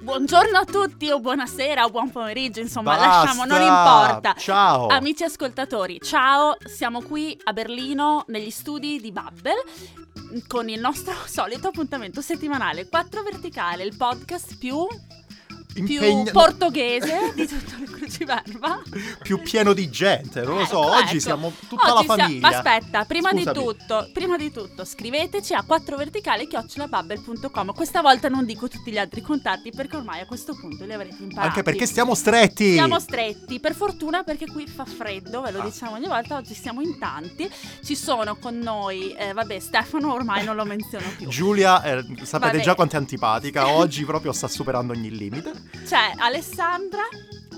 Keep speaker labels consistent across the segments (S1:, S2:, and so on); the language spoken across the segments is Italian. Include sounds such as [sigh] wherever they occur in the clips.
S1: Buongiorno a tutti o buonasera o buon pomeriggio, insomma,
S2: Basta! Oh.
S1: lasciamo, non importa.
S2: Ciao.
S1: Amici ascoltatori, ciao, siamo qui a Berlino negli studi di Bubble con il nostro [laughs] solito appuntamento settimanale 4 Verticale, il podcast più, più
S2: Impegna-
S1: portoghese di tutto il cruciverba.
S2: più pieno di gente, non lo so,
S1: Ecco,
S2: oggi
S1: ecco.
S2: siamo [laughs] tutta
S1: Oggi sia-
S2: la famiglia.
S1: Ma aspetta, prima di,
S2: Scusami.
S1: tutto, prima di tutto, scriveteci a 4verticale.com. Questa volta non dico tutti gli altri contatti perché ormai a questo punto li avrete imparati.
S2: Anche perché stiamo stretti.
S1: Siamo stretti, per fortuna perché qui fa freddo, ve lo
S2: Ah.
S1: diciamo ogni volta, oggi siamo in tanti, ci sono con noi, eh, vabbè Stefano ormai non lo menziono più,
S2: [laughs] Giulia, eh, sapete
S1: Vabbè.
S2: già quanto è antipatica, oggi proprio sta superando ogni limite.
S1: c'è Alessandra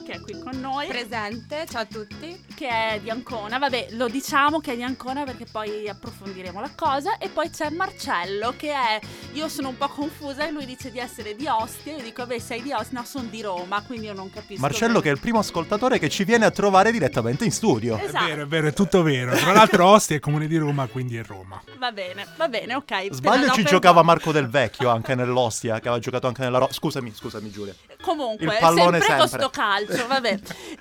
S1: che è qui con noi,
S3: Presente, ciao a tutti.
S1: che è di Ancona, vabbè lo diciamo che è di Ancona perché poi approfondiremo la cosa e poi c'è Marcello che è, io sono un po' confusa e lui dice di essere di Ostia, io dico vabbè sei di Ostia, no sono di Roma, quindi io non capisco.
S2: Marcello che è il primo ascoltatore che ci viene a trovare direttamente in studio.
S1: Esatto.
S4: È vero, è vero, è tutto vero. Tra l'altro Ostia è comune di Roma, quindi è Roma.
S1: Va bene, va bene, ok.
S2: Sbaglio
S1: però
S2: ci
S1: no,
S2: giocava
S1: per-
S2: Marco Del
S1: [laughs]
S2: Vecchio anche nell'Ostia, che aveva giocato anche nella Roma. Scusami, scusami Giulia.
S1: Comunque,
S2: Il pallone
S1: sempre con
S2: sempre.
S1: sto calcio,
S2: [laughs]
S1: vabbè.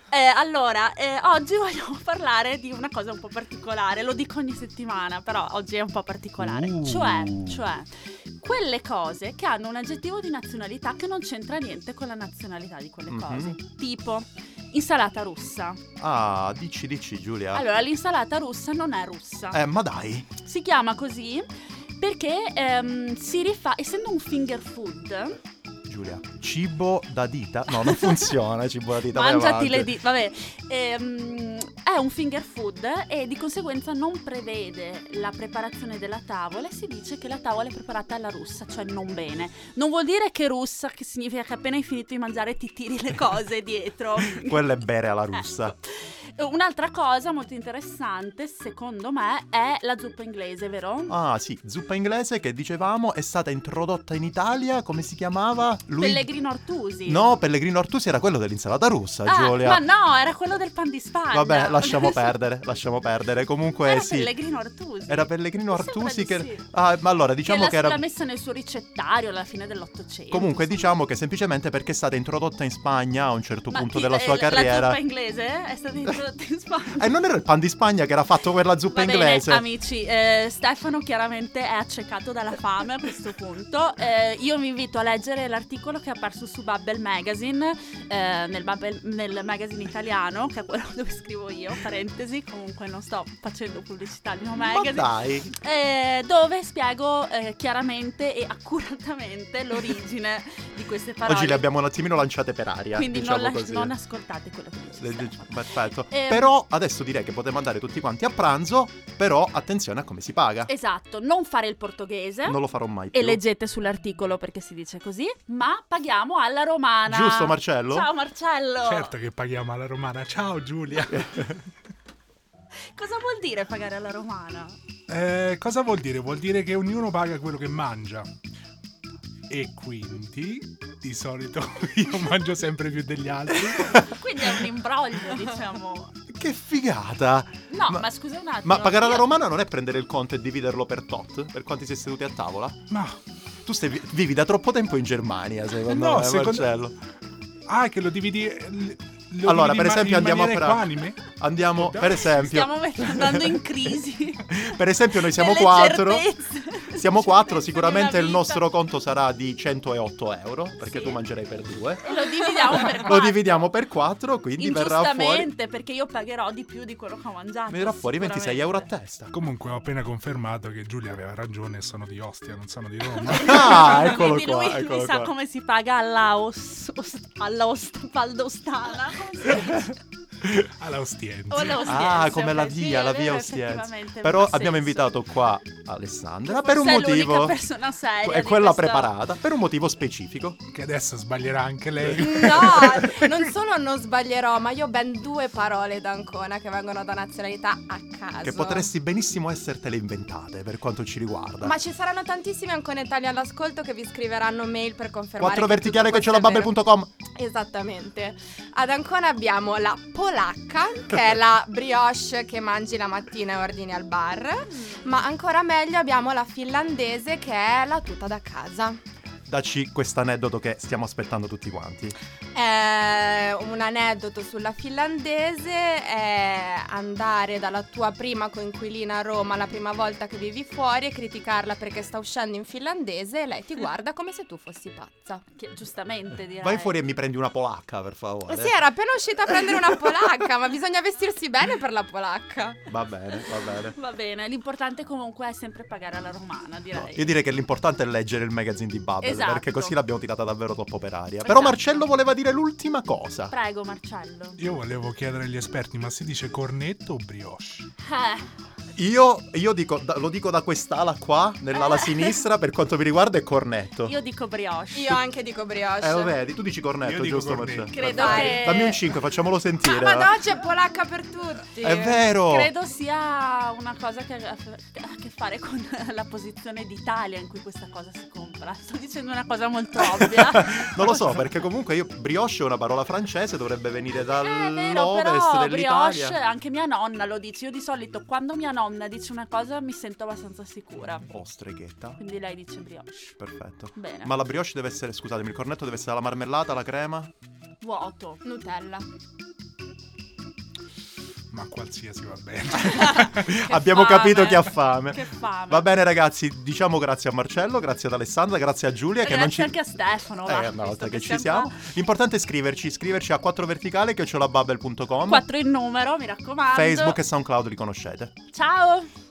S1: Eh, allora, eh, oggi vogliamo [laughs] parlare di una cosa un po' particolare, lo dico ogni settimana, però oggi è un po' particolare.
S2: Uh.
S1: Cioè, cioè, quelle cose che hanno un aggettivo di nazionalità che non c'entra niente con la nazionalità di quelle
S2: Mhm.
S1: cose. Tipo, insalata russa.
S2: Ah, dici, dici Giulia.
S1: Allora, l'insalata russa non è russa.
S2: Eh, ma dai.
S1: Si chiama così perché ehm, si rifà, essendo un finger food,
S2: Giulia, cibo da dita? No, non funziona cibo da dita. vai
S1: Mangiati
S2: avanti.
S1: le dita, vabbè. Ehm, è un finger food e di conseguenza non prevede la preparazione della tavola e si dice che la tavola è preparata alla russa, cioè non bene. Non vuol dire che russa, che significa che appena hai finito di mangiare ti tiri le
S2: [laughs]
S1: cose dietro. [laughs]
S2: Quella è bere
S1: Eh,
S2: alla russa.
S1: Ecco. Un'altra cosa molto interessante, secondo me, è la zuppa inglese, vero?
S2: Ah sì, zuppa inglese che dicevamo è stata introdotta in Italia, come si chiamava? Lui...
S1: Pellegrino Artusi.
S2: No, Pellegrino Artusi era quello dell'insalata russa,
S1: Ah,
S2: Giulia.
S1: ma no, era quello del pan di Spagna. [laughs]
S2: Vabbè, lasciamo perdere, lasciamo perdere. Comunque
S1: Era
S2: sì.
S1: Pellegrino Artusi.
S2: Era Pellegrino
S1: Mi sembra
S2: Artusi
S1: di
S2: che...
S1: sì.
S2: Ah, ma allora diciamo
S1: Diciamo
S2: che,
S1: che, l'ha,
S2: era...
S1: l'ha messa nel suo ricettario alla fine dell'Ottocento.
S2: Comunque
S1: insomma.
S2: diciamo che semplicemente perché è stata introdotta in Spagna a un certo
S1: Ma
S2: punto
S1: chi-
S2: della sua
S1: eh, la- La
S2: carriera.
S1: zuppa inglese è stata introdotta in
S2: [laughs]
S1: Spagna.
S2: E non era il pan di Spagna che era fatto per la zuppa
S1: Va bene,
S2: inglese.
S1: amici, eh, Stefano chiaramente è accecato dalla fame a questo punto. Eh, io vi invito a leggere l'articolo che è apparso su Bubble Magazine, eh, nel, Bubble- nel magazine italiano, che è quello [laughs] dove scrivo io, parentesi, comunque non sto facendo pubblicità al mio
S2: Ma
S1: magazine.
S2: dai.
S1: Eh, dove spiego eh, chiaramente e accuratamente [laughs] l'origine di queste parole.
S2: Oggi le abbiamo un attimino lanciate per aria.
S1: Quindi
S2: diciamo
S1: non, la-
S2: così.
S1: non ascoltate quello che dice
S2: Le-
S1: Stefano.
S2: Perfetto.
S1: Ehm.
S2: Però adesso direi che potremmo andare tutti quanti a pranzo, però attenzione a come si paga.
S1: Esatto, non fare il portoghese.
S2: Non lo farò mai più.
S1: Eh? e leggete sull'articolo perché si dice così, ma paghiamo alla romana.
S2: Giusto Marcello?
S1: Ciao
S2: Oh.
S1: Marcello.
S4: Certo che paghiamo alla romana. Ciao Giulia.
S1: Cosa vuol dire pagare alla romana?
S4: Eh, cosa vuol dire? Vuol dire che ognuno paga quello che mangia. E quindi, di solito, [laughs] io mangio sempre più degli altri.
S1: Quindi è un
S2: [laughs]
S1: imbroglio, diciamo.
S2: [laughs] Che figata!
S1: No,
S2: Ma-
S1: ma, scusa un attimo.
S2: Ma pagare alla
S1: io-
S2: romana non è prendere il conto e dividerlo per tot, per quanti siete seduti a tavola?
S4: Ma
S2: Tu stai, vivi da troppo tempo in Germania, secondo
S4: No,
S2: me,
S4: secondo-
S2: Marcello.
S4: ah, che lo dividi. l- lo
S2: Allora, per
S4: dividi in ma-
S2: esempio,
S4: in
S2: andiamo a
S4: maniera
S2: pranzo.
S4: equanime?
S2: Andiamo,
S4: Dai.
S2: per esempio,
S1: Stiamo andando in crisi.
S2: [laughs] per esempio noi siamo
S1: Delle
S2: quattro.
S1: certezze. Cioè,
S2: Siamo quattro,
S1: Certezze
S2: sicuramente
S1: della
S2: il
S1: vita.
S2: nostro conto sarà di 108 euro, perché
S1: Sì.
S2: tu mangerai per due.
S1: E lo dividiamo per quattro.
S2: [laughs] Lo dividiamo per quattro, quindi verrà fuori,
S1: Ingiustamente, perché io pagherò di più di quello che ho mangiato.
S2: verrà fuori 26 euro a testa.
S4: Comunque, ho appena confermato che Giulia aveva ragione. Sono di Ostia, non sono
S2: [laughs]
S4: di Roma.
S2: Ah, eccolo
S1: [laughs] Quindi
S2: qua,
S1: lui, lui
S2: eccolo
S1: sa
S2: qua.
S1: come si paga alla os, os- alla ost-
S2: [laughs]
S1: valdostana come si dice?
S4: Alla Ostiense.
S1: O alla ostiense,
S2: Ah, come la
S1: ok, sì,
S2: via, la
S1: è
S2: via
S1: vero,
S2: Ostiense.
S1: effettivamente,
S2: Però
S1: ha senso.
S2: abbiamo invitato qua Alessandra
S1: Forse
S2: per un
S1: è
S2: motivo.
S1: l'unica persona seria
S2: È
S1: di
S2: quella
S1: questo-
S2: preparata, per un motivo specifico.
S4: Che adesso sbaglierà anche lei.
S2: [laughs]
S3: No, non solo non sbaglierò, ma io ho ben due parole d'Ancona che vengono da nazionalità a caso.
S2: Che potresti benissimo essertele inventate per quanto ci riguarda.
S3: Ma ci saranno tantissimi Anconetani all'ascolto che vi scriveranno mail per confermare.
S2: 4
S3: che
S2: verticale
S3: tutto
S2: che c'è la
S3: questo è vero.
S2: bubble.com.
S3: Esattamente. Ad Ancona abbiamo la polacca, che è la brioche che mangi la mattina e ordini al
S2: Mm.
S3: bar. Ma ancora meglio abbiamo la finlandese, che è la tuta da casa.
S2: Daci quest'aneddoto che stiamo aspettando tutti quanti.
S3: Eh, un aneddoto sulla finlandese è andare dalla tua prima coinquilina a Roma la prima volta che vivi fuori e criticarla perché sta uscendo in finlandese e lei ti guarda come se tu fossi pazza.
S1: Che giustamente direi.
S2: Vai fuori e mi prendi una polacca, per favore.
S3: Sì, era appena uscita a prendere una polacca, ma bisogna vestirsi bene per la polacca.
S2: Va bene, va bene.
S1: Va bene, l'importante comunque è sempre pagare alla romana,
S2: No,
S1: direi.
S2: io direi che l'importante è leggere il magazine di Bubble
S1: Esatto.
S2: perché così l'abbiamo tirata davvero troppo per aria. Però
S1: Esatto.
S2: Marcello voleva dire l'ultima cosa.
S1: Prego Marcello.
S4: Io volevo chiedere agli esperti, ma si dice cornetto o brioche?
S1: Eh,
S2: Io, io dico, da- lo dico da quest'ala qua,
S1: [laughs]
S2: nell'ala
S1: Eh.
S2: sinistra, per quanto mi riguarda è cornetto.
S1: io dico brioche.
S3: Io anche dico brioche.
S2: Eh, lo vedi, tu dici cornetto,
S4: Io dico
S2: giusto
S4: cornetto.
S2: Marcello?
S1: Credo
S2: Dai,
S1: che-
S2: Dammi un 5, facciamolo
S3: Ma,
S2: sentire.
S3: ma
S2: va.
S3: no, c'è polacca per tutti.
S2: È vero! [laughs]
S1: Credo sia una cosa che ha a che fare con [laughs] la posizione d'Italia in cui questa cosa si compra. Sto dicendo una cosa molto
S2: [laughs]
S1: ovvia.
S2: non lo so, perché comunque io brioche è una parola francese, dovrebbe venire
S1: Eh, È
S2: dall'ovest
S1: vero, però
S2: dell'Italia.
S1: brioche, anche mia nonna lo dice. Io di solito quando mia nonna dice una cosa mi sento abbastanza sicura.
S2: Oh, streghetta.
S1: Quindi lei dice brioche.
S2: Perfetto.
S1: Bene.
S2: Ma la brioche deve essere, scusatemi, il cornetto deve essere la marmellata, la crema? [laughs]
S1: Vuoto.
S3: Nutella.
S4: Ma qualsiasi va bene.
S2: Abbiamo
S1: fame.
S2: capito che ha fame.
S1: Che fame.
S2: Va bene ragazzi, diciamo grazie a Marcello, grazie ad Alessandra, grazie a Giulia
S1: Grazie
S2: che non ci...
S1: anche a Stefano.
S2: Eh,
S1: va,
S2: una
S1: visto
S2: volta che ci
S1: siamo
S2: siamo.
S1: qua.
S2: L'importante è iscriverci, iscriverci a 4 verticale che ho la bubble.com.
S1: Quattro in numero, mi raccomando.
S2: Facebook e SoundCloud li conoscete.
S1: Ciao.